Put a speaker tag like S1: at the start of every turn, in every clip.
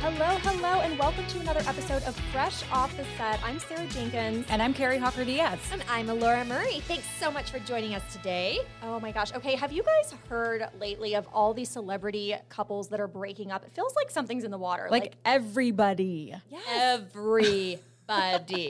S1: Hello, hello, and welcome to another episode of Fresh Off the Set. I'm Sarah Jenkins.
S2: And I'm Carrie Hawker Diaz.
S1: And I'm Laura Murray. Thanks so much for joining us today. Oh my gosh. Okay, have you guys heard lately of all these celebrity couples that are breaking up? It feels like something's in the water.
S2: Like, everybody.
S3: Everybody.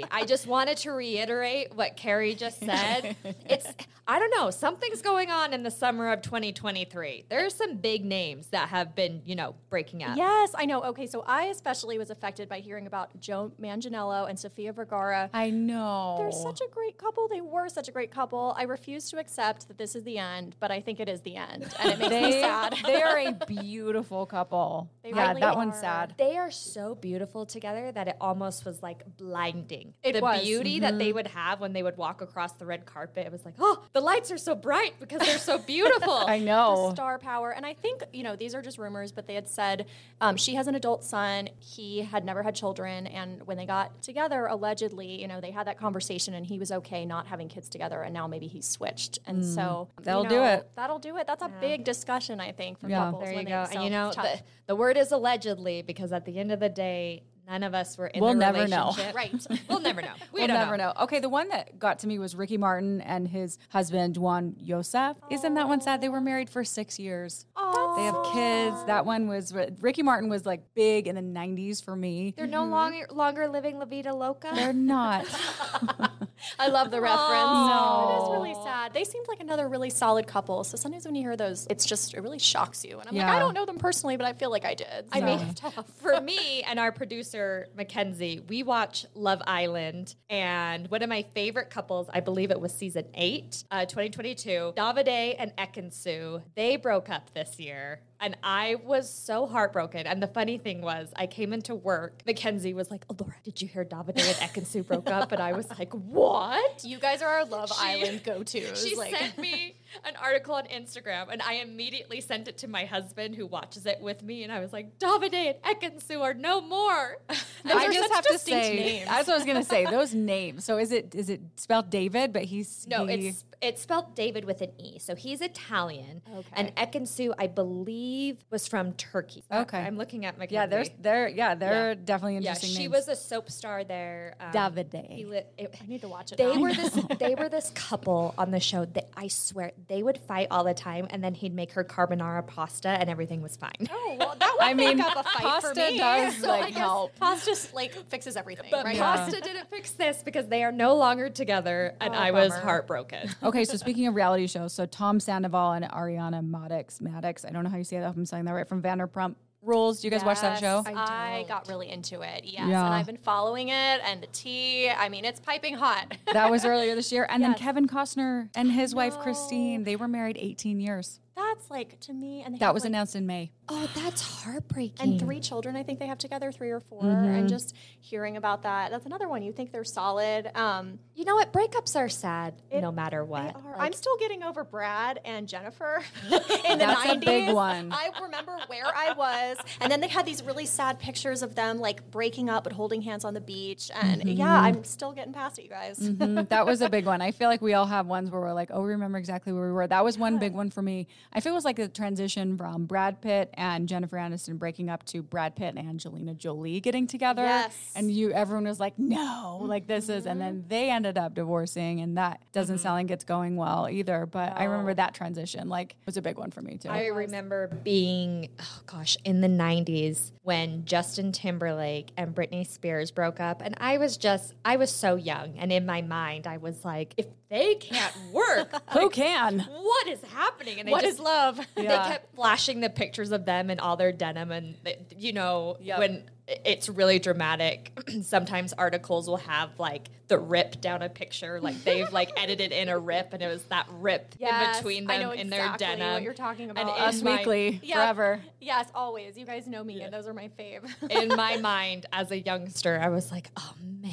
S3: I just wanted to reiterate what Carrie just said. It's, I don't know, something's going on in the summer of 2023. There's some big names that have been, you know, breaking up.
S1: Yes, I know. Okay, so I especially was affected by hearing about Joe Manganiello and Sofia Vergara.
S2: I know.
S1: They're such a great couple. They were such a great couple. I refuse to accept that this is the end, but I think it is the end, and it makes me sad.
S2: they are a beautiful couple.
S1: They
S2: yeah,
S1: really
S2: that
S1: are.
S2: one's sad.
S3: They are so beautiful together that it almost was like blinding.
S1: It
S3: the
S1: was.
S3: beauty that
S2: Mm-hmm.
S3: they would have when they would walk across the red carpet. It was like, oh, the lights are so bright because they're so beautiful.
S2: I
S1: the
S2: know.
S1: star power. And I think, you know, these are just rumors, but they had said um, she has an adult son. He had never had children. And when they got together, allegedly, you know, they had that conversation and he was okay not having kids together. And now maybe he's switched. And
S3: Mm.
S1: so you
S2: That'll do
S1: know,
S2: it.
S1: That'll do it. That's a big discussion, I think, for
S2: Yeah.
S1: couples.
S3: There
S1: when
S3: you
S1: they-
S3: go.
S1: so
S3: And you know,
S1: it's tough.
S3: the, the word is allegedly because at the end of the day, none of us were in
S2: We'll
S3: the
S2: never know.
S3: relationship.
S1: Right.
S3: We'll never know. We
S2: we'll
S3: don't
S2: never know. Okay, the one that got to me was Ricky Martin and his husband Juan Yosef. Isn't that one sad? They were married for six years. They have kids. That one was Ricky Martin was like big in the '90s for me.
S3: They're no longer longer living La Vida Loca.
S2: Mm-hmm. They're not.
S1: I love the reference.
S2: Aw.
S1: It is really sad. They seemed like another really solid couple. So sometimes when you hear those, it's just, it really shocks you. And I'm like,
S2: Yeah.
S1: I don't know them personally, but I feel like I did.
S3: I
S1: So
S3: mean,
S1: it's tough.
S3: for me and our producer Mackenzie, we watch Love Island, and one of my favorite couples, I believe it was season eight, uh, 2022, Davide and Ekansu, they broke up this year. And I was so heartbroken. And the funny thing was, I came into work. Mackenzie was like, "Oh, Laura, did you hear Davide and Ekansu broke up?" And I was like, "What?"
S1: You guys are our Love
S3: She-
S1: Island go tos.
S3: She sent me an article on Instagram, and I immediately sent it to my husband, who watches it with me. And I was like, "Davide and Ekansu are no more."
S1: Those
S2: I
S1: are
S2: just
S1: such
S2: have to
S1: distinct
S2: say
S1: names.
S2: that's what I was gonna say. Those names. So is it is it spelled David? But he's
S3: no,
S2: he-
S3: it's it's spelled David with an e, so he's Italian.
S1: Okay.
S3: And Ekansu, I believe, was from Turkey.
S2: Okay.
S3: I'm looking at my
S2: yeah. There's they're yeah they're
S3: Yeah.
S2: definitely
S3: yeah.
S2: interesting.
S3: She
S2: names.
S3: was a soap star there. Um,
S2: Davide.
S3: he li- it-
S1: I need to watch it.
S3: They
S1: now.
S3: were this they were this couple on the show that I swear they would fight all the time and then he'd make her carbonara pasta and everything was fine.
S1: Oh, well, that would
S2: I mean,
S1: make up a fight for
S2: pasta
S1: me.
S2: does,
S1: so I
S2: like,
S1: guess
S2: help.
S1: Pasta just like fixes everything,
S3: But
S1: right?
S3: pasta didn't fix this because they are no longer together and I was
S1: bummer.
S3: heartbroken.
S2: Okay, so speaking of reality shows, so Tom Sandoval and Ariana Maddox, Maddox, I don't know how you say that. if I'm saying that right from Vanderpump Rules. Do you guys watch that show?
S1: Yes, I, got really into it. Yes,
S2: Yeah.
S1: and I've been following it. And the tea, I mean, it's piping hot.
S2: that was earlier this year. And then Kevin Costner and his wife Christine, they were married 18 years.
S1: That's like to me, and they
S2: That
S1: have,
S2: was
S1: like,
S2: announced in May.
S3: oh, that's heartbreaking.
S1: and three children i think they have together three or 4
S2: Mm-hmm.
S1: and just hearing about that that's another one you think they're solid um,
S3: you know what? Breakups are sad no matter
S1: They
S3: what.
S1: are. I'm still getting over Brad and Jennifer in the
S2: That's a
S1: 90s.
S2: big one.
S1: I remember where I was, and then they had these really sad pictures of them like breaking up but holding hands on the beach. And
S2: Mm-hmm.
S1: yeah, I'm still getting past it, you guys.
S2: Mm, that was a big one. I feel like we all have ones where we're like, oh, we remember exactly where we were. That was one big one for me. I feel it was like the transition from Brad Pitt and Jennifer Aniston breaking up to Brad Pitt and Angelina Jolie getting together.
S1: Yes.
S2: And you everyone was like, no, like this is and
S3: Mm-hmm.
S2: then they ended up divorcing and that doesn't sound like it's going well either. But I remember that transition like was a big one for me too.
S3: I remember being, oh gosh, in the 90s when Justin Timberlake and Britney Spears broke up. And I was just, I was so young. And in my mind, I was like, if they can't work,
S2: Who can?
S3: what is happening? And they
S1: What
S3: just,
S1: is love?
S2: Yeah.
S3: They kept flashing the pictures of them in all their denim, and they- you know when it's really dramatic. Sometimes articles will have like the rip down a picture, like they've like edited in a rip, and it was that rip
S1: Yes,
S3: in between
S1: I
S3: them
S1: know
S3: in
S1: exactly
S3: their
S1: what
S3: denim.
S1: you're talking
S3: And
S1: about.
S3: in
S2: Us
S3: my-
S2: Weekly
S1: Yeah.
S2: forever.
S1: Yes, always. You guys know me, and those are my fave.
S3: in my mind as a youngster, I was like, oh man,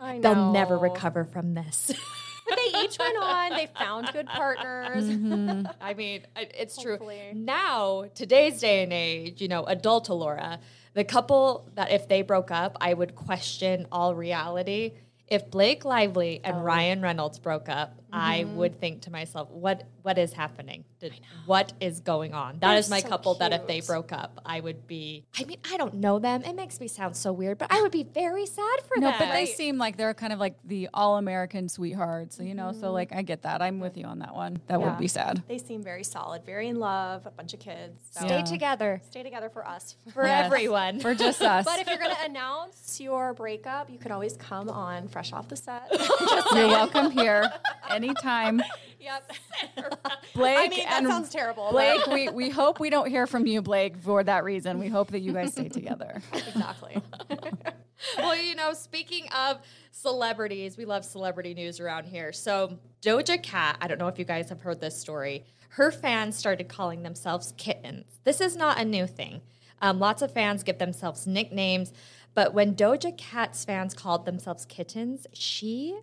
S1: I
S3: they'll never
S1: know.
S3: recover from this.
S1: But they each went on. They found good partners.
S2: Mm-hmm.
S3: I mean, I- it's
S1: Hopefully.
S3: true. Now, today's day and age, you know, adult Laura, the couple that if they broke up, I would question all reality. If Blake Lively and Ryan Reynolds broke up, I would think to myself, what what is happening? Did- what is going on? That
S1: They're
S3: is my
S1: so
S3: couple that if they
S1: cute.
S3: broke up, I would be. I mean, I don't know them. It makes me sound so weird, but I would be very sad for
S2: No,
S3: them.
S2: but they seem like they're kind of like the all American sweethearts, you know? So, like, I get that. I'm with you on that one. That would
S1: Yeah.
S2: be sad.
S1: They seem very solid, very in love, a bunch of kids. So
S3: stay
S2: Yeah.
S3: together
S1: stay together for us.
S3: for
S2: Yes.
S3: everyone.
S2: For just us.
S1: But if you're going to announce your breakup, you can always come on Fresh Off the Set.
S2: You're welcome here anytime.
S1: yep.
S2: Blake
S1: I mean, that
S2: and
S1: sounds terrible. but-
S2: Blake, we, we hope we don't hear from you, Blake, for that reason. We hope that you guys stay together.
S1: Exactly.
S3: well, you know, speaking of celebrities, we love celebrity news around here. So, Doja Cat, I don't know if you guys have heard this story. Her fans started calling themselves kittens. This is not a new thing. Um, lots of fans give themselves nicknames, but when Doja Cat's fans called themselves kittens, she,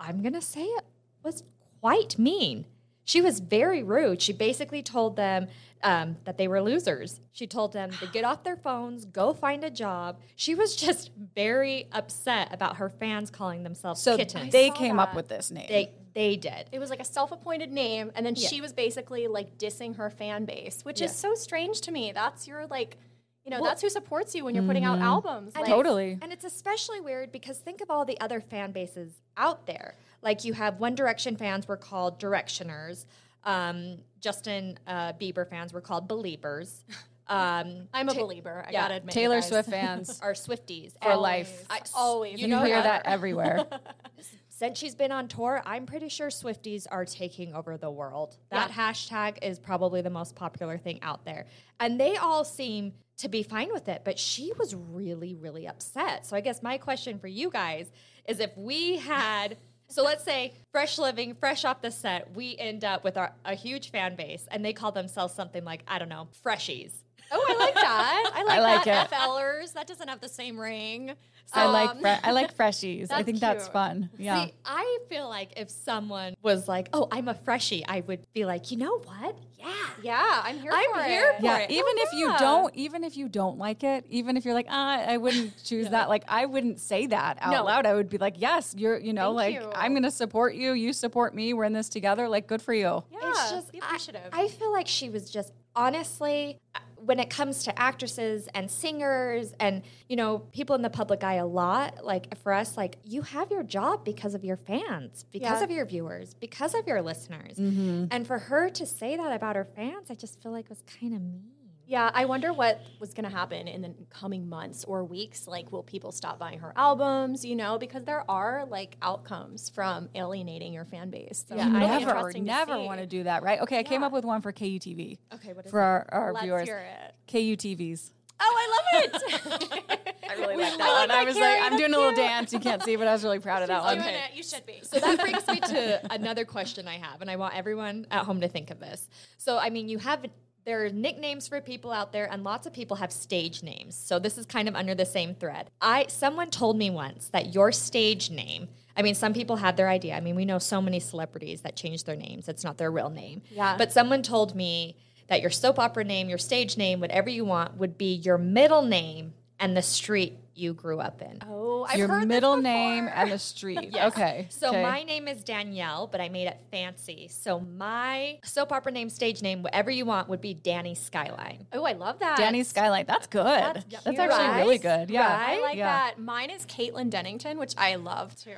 S3: I'm going to say it, was quite mean. She was very rude. She basically told them um, that they were losers. She told them to get off their phones, go find a job. She was just very upset about her fans calling themselves
S2: So,
S3: kittens.
S2: they
S1: saw
S2: came up
S1: that.
S2: with this name.
S3: they they did.
S1: It was like a self-appointed name, and then she was basically like dissing her fan base, which is so strange to me. That's your like, you know, that's who supports you when you're putting out albums. Like,
S2: Mm-hmm. totally.
S3: And it's especially weird because think of all the other fan bases out there. Like you have One Direction fans were called Directioners. Um, Justin uh, Bieber fans were called Believers. Um,
S1: I'm a believer. I
S3: yeah,
S1: gotta admit, you
S2: Taylor
S1: guys.
S2: Swift fans
S3: are Swifties
S2: for
S3: And
S2: life.
S3: I-
S1: Always,
S2: You, hear that everywhere.
S3: Since she's been on tour, I'm pretty sure Swifties are taking over the world. That hashtag is probably the most popular thing out there. And they all seem to be fine with it, but she was really, really upset. So I guess my question for you guys is if we had. So let's say fresh living, fresh off the set, we end up with our, a huge fan base and they call themselves something like, I don't know, freshies.
S1: Oh, I like that. I like,
S2: I like
S1: that.
S2: it.
S1: FLers. That doesn't have the same ring.
S2: I like
S1: Um,
S2: fre- I like freshies. I
S1: that's
S2: think that's
S1: cute.
S2: fun. Yeah.
S3: See, I feel like if someone was like, "Oh, I'm a freshie," I would be like, "You know what? Yeah,
S1: Yeah, I'm here
S3: I'm
S1: for
S3: here
S1: it.
S3: for
S2: yeah,
S3: it.
S2: even if you don't, even if you don't like it, even if you're like, ah, I wouldn't choose that. Like, I wouldn't say that out
S1: No.
S2: loud. I would be like, yes, you're, you know, like
S1: Thank you.
S2: I'm gonna support you. You support me. We're in this together. Like, good for you.
S1: Yeah,
S3: it's just
S1: be
S3: I-
S1: appreciative.
S3: I, feel like she was just honestly, uh, when it comes to actresses and singers and you know people in the public eye a lot, like for us, like you have your job because of your fans, because
S1: Yeah. Mm-hmm.
S3: of your viewers, because of your listeners, and for her to say that about her fans, I just feel like was kind of mean.
S1: Yeah, I wonder what was going to happen in the coming months or weeks. Like, will people stop buying her albums? You know, because there are like outcomes from alienating your fan base. So
S3: Yeah,
S1: it'll
S2: I
S1: be
S2: never,
S1: interesting to
S2: never
S1: see.
S2: want to do that, right? Okay, I came
S1: Yeah.
S2: up with one for KUTV
S3: Okay, what
S2: for our, our
S1: Let's
S2: viewers.
S1: hear it.
S2: KUTVs.
S1: Oh, I love it. I really
S2: Like that one. I was like, I'm doing a little dance. You can't see, but I was really proud of that one.
S1: Doing
S3: Okay.
S1: it. You should be.
S3: So that brings me to another question I have, and I want everyone at home to think of this. So, I mean, you have there are nicknames for people out there, and lots of people have stage names. So this is kind of under the same thread. I someone told me once that your stage name. I mean, some people have their idea. I mean, we know so many celebrities that change their names. It's not their real name.
S1: Yeah.
S3: But someone told me that your soap opera name, your stage name, whatever you want, would be your middle name and the street you grew up in.
S1: oh, I've
S2: Your
S1: heard this
S2: middle
S1: before.
S2: name and the street. Okay.
S3: So
S2: okay.
S3: my name is Danielle, but I made it fancy. So my soap opera name, stage name, whatever you want, would be Danny Skyline.
S1: Oh, I love that.
S2: Danny Skylight. That's good. That's,
S1: cute.
S2: actually
S1: Right?
S2: really good. Yeah.
S1: I like
S2: yeah.
S1: that. Mine is Caitlin Dennington, which I love too.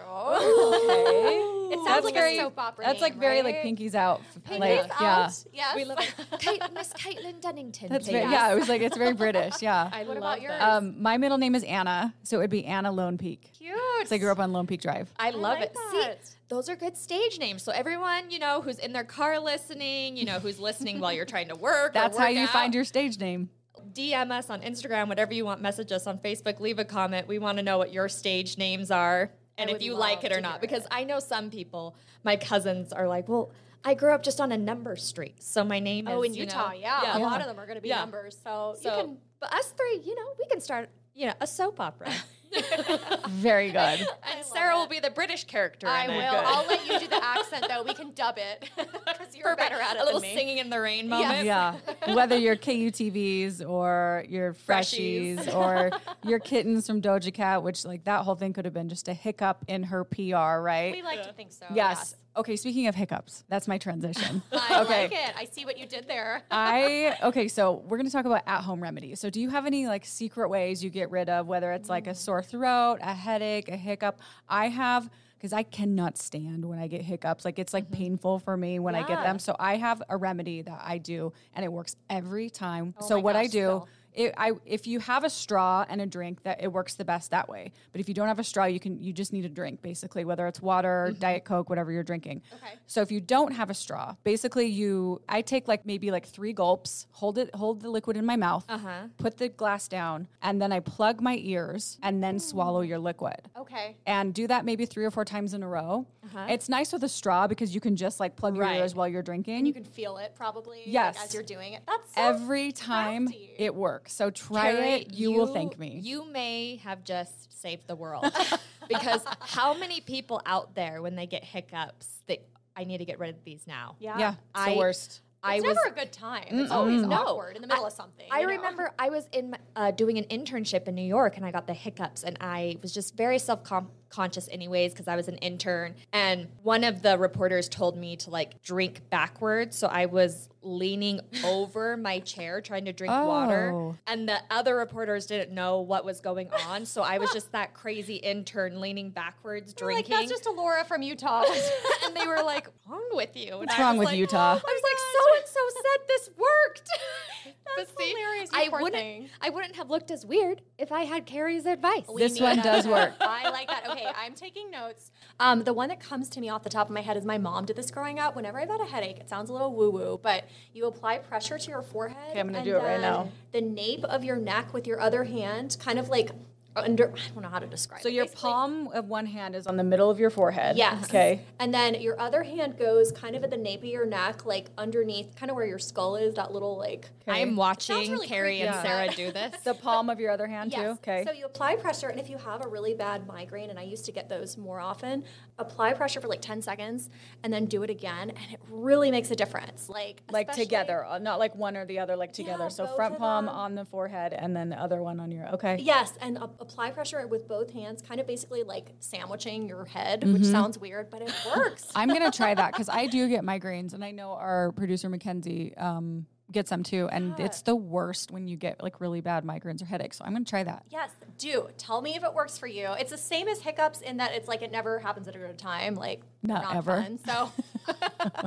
S1: It sounds
S2: That's
S1: like
S2: very-
S1: a soap opera.
S2: That's like
S1: name,
S2: very like
S1: right?
S2: Pinky's out.
S1: Pinkies
S2: like,
S1: out.
S2: Yeah.
S1: Yes.
S3: We love it. Kate, Miss Caitlin Dunnington.
S2: That's
S3: please.
S2: very, yeah. It was like it's very British. Yeah.
S3: I
S1: What
S3: love
S1: about
S3: that.
S1: yours?
S2: um, my middle name is Anna, so it would be Anna Lone Peak.
S1: Cute.
S2: So I grew up on Lone Peak Drive.
S3: I love
S1: like
S3: it.
S1: that.
S3: See, those are good stage names. So everyone, you know, who's in their car listening, you know, who's listening while you're trying to work. or
S2: That's how
S3: work
S2: you
S3: out,
S2: find your stage name.
S3: DM us on Instagram, whatever you want. Message us on Facebook. Leave a comment. We want to know what your stage names are and
S1: I
S3: if
S1: would
S3: you
S1: love
S3: like it or
S1: to
S3: not.
S1: hear
S3: Because I know some people, my cousins, are like, well, I grew up just on a number street, so my name is.
S1: Oh, in
S3: you know-
S1: Utah, yeah, A lot
S2: Yeah.
S1: of them are going to be
S3: Yeah.
S1: numbers, so,
S3: So,
S1: you can.
S3: but us three, you know, we can start, you know, a soap opera.
S2: Very good. Um,
S3: And Sarah will be the British character.
S1: I
S3: in
S1: will.
S3: it.
S1: I'll let you do the accent though. We can dub it because you're
S3: Perfect.
S1: better at it
S3: A little
S1: than me.
S3: singing in the rain moment.
S2: Yeah. Whether you're KUTVs or your freshies, or your kittens from Doja Cat, which like that whole thing could have been just a hiccup in her PR, right?
S1: We like to think so.
S2: yes. Okay, speaking of hiccups, that's my transition.
S1: I
S2: okay. Uh,
S1: like it. I see what you did there.
S2: I okay, so we're gonna talk about at home remedies. So do you have any like secret ways you get rid of whether it's like a sore throat, a headache, a hiccup? I have because I cannot stand when I get hiccups. Like it's like painful for me when I get
S4: Yeah.
S2: them. So I have a remedy that I do and it works every time.
S1: Oh
S2: so
S4: my
S2: what I
S4: gosh,
S2: do
S4: Phil.
S2: it, I, if you have a straw and a drink that it works the best that way but if you don't have a straw you can you just need a drink basically whether it's water diet coke whatever you're drinking
S1: Mm-hmm. Okay.
S2: so if you don't have a straw basically you i take like maybe like three gulps hold it hold the liquid in my mouth uh-huh. put the glass down and then i plug my ears and then swallow your liquid
S1: Okay.
S2: and do that maybe three or four times in a row.
S1: Uh-huh.
S2: It's nice with a straw because you can just like plug
S3: Right.
S2: your ears while you're drinking.
S1: You can feel it probably. like,
S2: Yes.
S1: as you're doing it. That's
S2: Eh,
S1: so
S2: Every time
S1: crafty.
S2: it works. So try
S3: Carrie,
S2: it. You, will thank me.
S3: You may have just saved the world because how many people out there when they get hiccups that I need to get rid of these now?
S1: Yeah.
S2: yeah, it's
S3: I-
S2: the worst.
S3: I
S1: it's
S3: was
S1: never a good time. It's always
S3: No.
S1: awkward in the middle of something.
S3: I
S1: you know?
S3: remember I was in my- uh, doing an internship in New York and I got the hiccups and I was just very self conscious anyways because I was an intern and one of the reporters told me to like drink backwards so I was leaning over my chair trying to drink water
S2: Oh.
S3: and the other reporters didn't know what was going on so I was just that crazy intern leaning backwards
S1: Like
S3: drinking
S1: that's just a Laura from Utah.
S3: and they were like wrong with you And
S2: What's
S3: I
S2: wrong
S3: was
S2: with
S3: like,
S2: Utah?
S3: I was like, so and so said this worked.
S1: That's hilarious, you
S3: I
S1: poor
S3: wouldn't.
S1: thing.
S3: I wouldn't have looked as weird if I had Carrie's advice.
S1: We
S2: This
S1: need
S2: one
S1: that.
S2: does work.
S1: I like that. Okay, I'm taking notes. Um, the one that comes to me off the top of my head is my mom did this growing up. Whenever I've had a headache, it sounds a little woo woo, but you apply pressure to your forehead.
S2: Okay, I'm gonna
S1: and
S2: do it right
S1: then
S2: now.
S1: The nape of your neck with your other hand, kind of like under. I don't know how to describe.
S2: So
S1: it.
S2: your
S1: Basically,
S2: palm of one hand is on the middle of your forehead.
S1: Yes.
S2: Okay.
S1: And then your other hand goes kind of at the nape of your neck, like underneath, kind of where your skull is. That little like.
S3: I am watching
S1: really
S3: Carrie and
S1: creepy.
S3: Sarah do this.
S2: The palm of your other hand too. Okay.
S1: So you apply pressure, and if you have a really bad migraine, and I used to get those more often, apply pressure for like 10 seconds and then do it again, and it really makes a difference. Like,
S2: like
S1: especially-
S2: together, uh, not like one or the other, like together. so
S1: both
S2: front
S1: of
S2: palm
S1: them.
S2: on the forehead and then the other one on your okay.
S1: Yes, and a- apply pressure with both hands, kind of basically like sandwiching your head, which
S2: Mm-hmm.
S1: sounds weird, but it works.
S2: I'm gonna try that because I do get migraines, and I know our producer Mackenzie um, gets them too. And it's the worst when you get like really bad migraines or headaches. So I'm gonna try that.
S1: Yes, do. Tell me if it works for you. It's the same as hiccups in that it's like it never happens at a good time. Like, they're
S2: Not ever.
S1: Fun. So,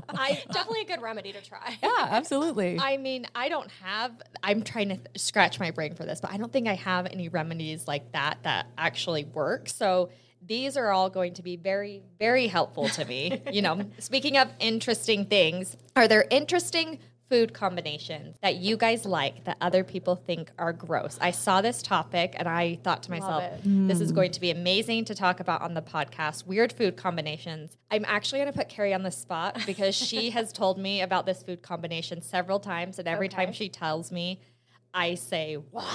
S1: I definitely a good remedy to try.
S2: Yeah, absolutely.
S3: I mean, I don't have. I'm trying to th- scratch my brain for this, but I don't think I have any remedies like that that actually work. So these are all going to be very, very helpful to me. you know, speaking of interesting things, are there interesting food combinations that you guys like that other people think are gross? I saw this topic and I thought to myself,
S1: it.
S3: this is going to be amazing to talk about on the podcast. Weird food combinations. I'm actually going to put Carrie on the spot because she has told me about this food combination several times, and every time she tells me, I say, "What?"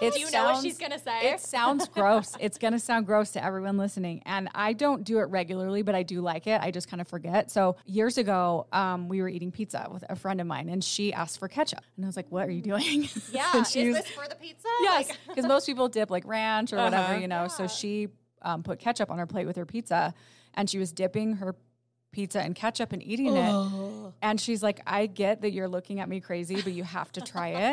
S2: It
S1: Do you know what she's gonna say?
S2: It sounds gross. It's gonna sound gross to everyone listening. And I don't do it regularly, but I do like it. I just kind of forget. So years ago, um, we were eating pizza with a friend of mine, and she asked for ketchup, and I was like, "What are you doing?"
S1: Yeah,
S2: And
S1: is
S2: she was-
S1: this for the pizza?
S2: Yes,
S1: Like- Uh-huh.
S2: because most people dip like ranch or whatever, you know. So she um, put ketchup on her plate with her pizza, and she was dipping her pizza in ketchup and eating it. And she's like, "I get that you're looking at me crazy, but you have to try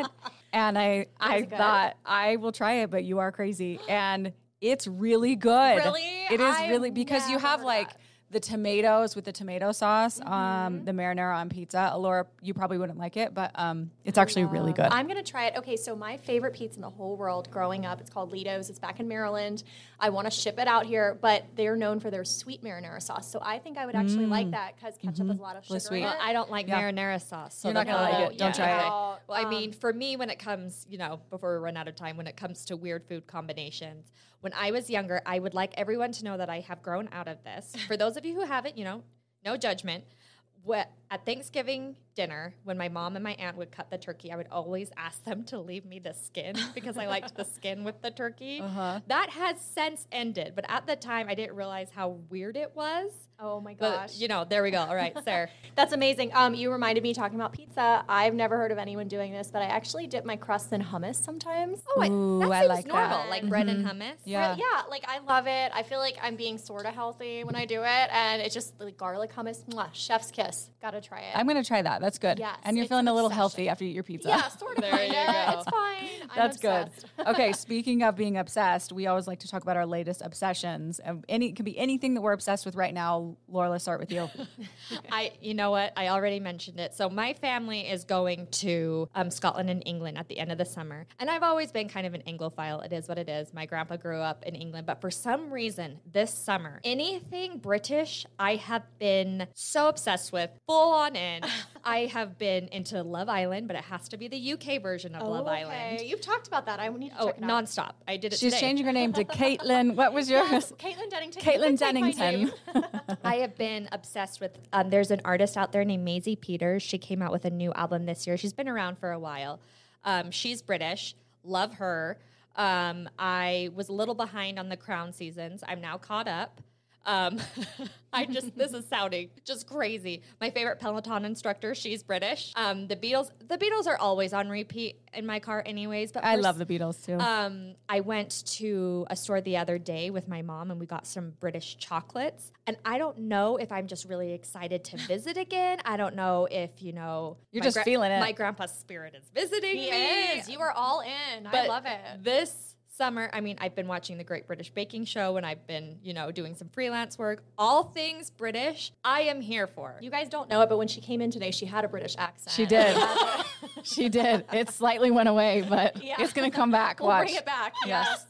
S2: it." and I, I thought I will try it, but you are crazy, and it's really good.
S1: Really?
S2: it is
S1: I've
S2: really because you
S1: never
S2: have
S1: heard
S2: like.
S1: that. Mm-hmm.
S2: The tomatoes with the tomato sauce, um, the marinara on pizza. Laura, you probably wouldn't like it, but um, it's actually really good.
S1: I'm gonna try it. Okay, so my favorite pizza in the whole world growing up, it's called Lido's. It's back in Maryland. I want to ship it out here, but they're known for their sweet marinara sauce. So I think I would actually
S3: Mm.
S1: like that because ketchup
S3: Mm-hmm.
S1: has a lot of sugar.
S2: sweet.
S1: In it.
S2: Well,
S3: I don't like
S2: Yeah.
S3: marinara sauce. So
S2: You're not
S3: then
S2: gonna
S3: I
S2: like
S3: won't
S2: it. Don't
S3: eat
S2: try it.
S3: Well, I mean, for me, when it comes, you know, before we run out of time, when it comes to weird food combinations, when I was younger, I would like everyone to know that I have grown out of this. For those of you who haven't, you know, no judgment. What At Thanksgiving dinner, when my mom and my aunt would cut the turkey, I would always ask them to leave me the skin because I liked the skin with the turkey.
S2: Uh-huh.
S3: That has since ended, but at the time I didn't realize how weird it was.
S1: Oh my
S3: But
S1: gosh.
S3: you know, there we go. All right, Sarah.
S1: That's amazing. Um, you reminded me talking about pizza. I've never heard of anyone doing this, but I actually dip my crust in hummus sometimes.
S3: Oh, I,
S2: Ooh,
S3: that
S2: I
S3: seems
S2: like that. Mm-hmm.
S3: normal, like bread and hummus.
S2: Yeah.
S1: Right, yeah, like I love it. I feel like I'm being sort of healthy when I do it, and it's just like garlic hummus, mwah, chef's kiss. Gotta try it.
S2: I'm gonna try that. That's good.
S1: Yes,
S2: and you're
S1: it's
S2: feeling
S1: an
S2: a little
S1: obsession.
S2: healthy after you eat your pizza.
S1: yeah, sort of.
S3: There you
S1: kinda.
S3: go.
S1: It's fine. I'm
S2: That's good.
S1: obsessed.
S2: okay, speaking of being obsessed, we always like to talk about our latest obsessions. Um, Any it can be anything that we're obsessed with right now. Laura, let's start with you.
S3: I, you know what? I already mentioned it. So my family is going to um, Scotland and England at the end of the summer, and I've always been kind of an Anglophile. It is what it is. My grandpa grew up in England, but for some reason, this summer, anything British, I have been so obsessed with, full on in. I have been into Love Island, but it has to be the UK version of Love
S1: okay.
S3: Island.
S1: You've talked about that. I need to
S3: Oh,
S1: check it out.
S3: nonstop! I did it.
S2: She's
S3: today.
S2: changing her name to Caitlin. What was yours?
S1: Yes, Caitlin Dennington. You
S2: Caitlin
S1: can take my
S2: Dennington.
S1: name.
S3: I have been obsessed with. Um, there's an artist out there named Maisie Peters. She came out with a new album this year. She's been around for a while. Um, she's British. Love her. Um, I was a little behind on the Crown seasons. I'm now caught up. Um, I just this is sounding just crazy. My favorite Peloton instructor. She's British. Um, the Beatles. The Beatles are always on repeat in my car, anyways. But
S2: I
S3: for
S2: love the Beatles too.
S1: Uh,
S3: um, I went to a store the other day with my mom and we got some British chocolates. And I don't know if I'm just really excited to visit again. I don't know if, you know,
S2: You're
S3: my
S2: just feeling it.
S3: My grandpa's spirit is visiting
S1: He
S3: me.
S1: is. You are all in. I
S3: But
S1: love it.
S3: This summer, I mean, I've been watching the Great British Baking Show and I've been, you know, doing some freelance work. All things British, I am here for.
S1: You guys don't know it, but when she came in today, she had a British accent.
S2: she did. she did. It slightly went away, but
S1: Yeah.
S2: it's gonna come back.
S1: We'll
S2: Watch.
S1: bring it back.
S2: Yes.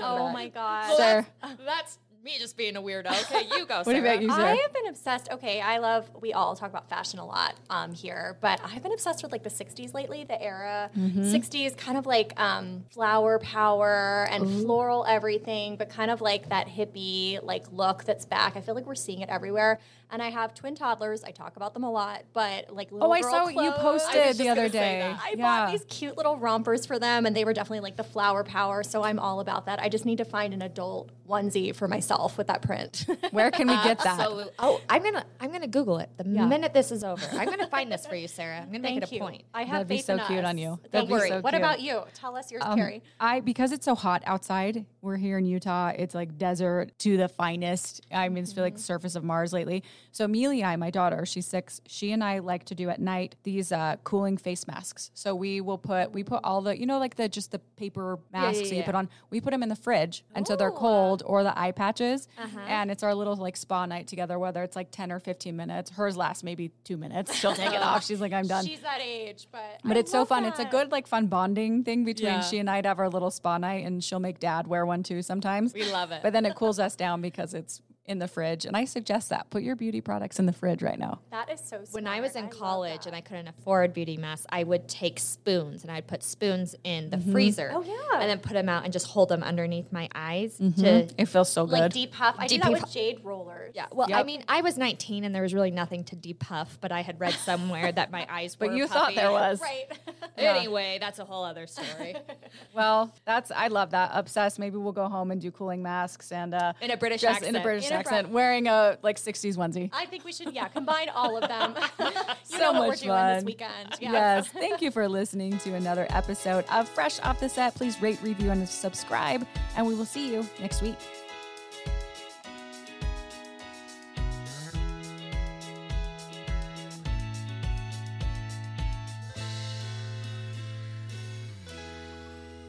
S1: Oh
S2: back.
S1: my gosh.
S3: Well,
S2: Sarah.
S3: that's, that's me just being a weirdo. Okay, you go.
S2: What
S3: Sarah.
S2: about you, Sarah?
S1: I have been obsessed. Okay, I love. We all talk about fashion a lot um, here, but I've been obsessed with like the '60s lately. The era
S2: Mm-hmm.
S1: '60s, kind of like um, flower power and floral everything, but kind of like that hippie like look that's back. I feel like we're seeing it everywhere. And I have twin toddlers. I talk about them a lot, but like little
S2: Oh, I
S1: girl
S2: saw what you
S1: clothes.
S2: posted
S3: just
S2: the
S3: gonna
S2: other
S3: say
S2: day.
S3: that.
S1: I bought these cute little rompers for them, and they were definitely like the flower power. So I'm all about that. I just need to find an adult onesie for myself with that print.
S2: Where can we get that?
S3: Absolutely. Oh, I'm gonna I'm gonna Google it the minute this is over. I'm gonna find this for you, Sarah. I'm gonna make
S1: Thank
S3: it a
S1: you.
S3: point.
S1: I have
S2: That'd be
S1: faith
S2: so
S1: in
S2: cute
S1: us.
S2: on you.
S1: Don't
S2: That'd be
S1: worry.
S2: so
S1: what
S2: cute. Um,
S1: about you? Tell us yours, Carrie.
S2: I because it's so hot outside. We're here in Utah. It's like desert to the finest. I mean, it's feel like
S3: Mm-hmm.
S2: the surface of Mars lately. So Amelia, my daughter, she's six. She and I like to do at night these uh, cooling face masks. So we will put we put all the you know like the just the paper masks that you
S3: yeah.
S2: put on. We put them in the fridge, and so they're cold or the eye patches.
S3: Uh-huh.
S2: And it's our little like spa night together. Whether it's like ten or fifteen minutes. Hers lasts maybe two minutes. She'll take it off. She's like, I'm done.
S1: She's that age, but
S2: But
S1: I
S2: it's so
S1: love
S2: fun. It's a
S1: that.
S2: good like fun bonding thing between
S3: Yeah.
S2: she and I to have our little spa night, and she'll make dad wear one too sometimes.
S3: We love it.
S2: But then it cools us down because it's in the fridge, and I suggest that put your beauty products in the fridge right now.
S1: That is so. Smart.
S3: when I was in
S1: love
S3: college
S1: that.
S3: and I couldn't afford beauty masks, I would take spoons and I'd put spoons in the freezer.
S1: Oh, yeah.
S3: And then put them out and just hold them underneath my eyes to
S2: It feels so
S1: like
S2: good.
S1: deep puff, I
S3: Deep
S1: do that
S3: puff.
S1: with jade rollers.
S3: yeah, well, I
S2: Yep.
S3: mean, I was 19 and there was really nothing to depuff, but I had read somewhere that my eyes were.
S2: but you
S3: puffy.
S2: thought there was.
S1: right.
S3: Anyway, that's a whole other story.
S2: Well, that's I love that. Obsessed. Maybe we'll go home and do cooling masks and uh,
S3: In a British
S2: dress in a
S3: accent.
S2: British
S1: In a bra-
S2: accent, wearing a like '60s onesie.
S1: I think we should yeah combine all of them. you
S2: So
S1: know what we're
S2: much
S1: doing
S2: fun.
S1: this weekend. Yeah.
S2: Yes. Thank you for listening to another episode of Fresh Off the Set. Please rate, review, and subscribe, and we will see you next week.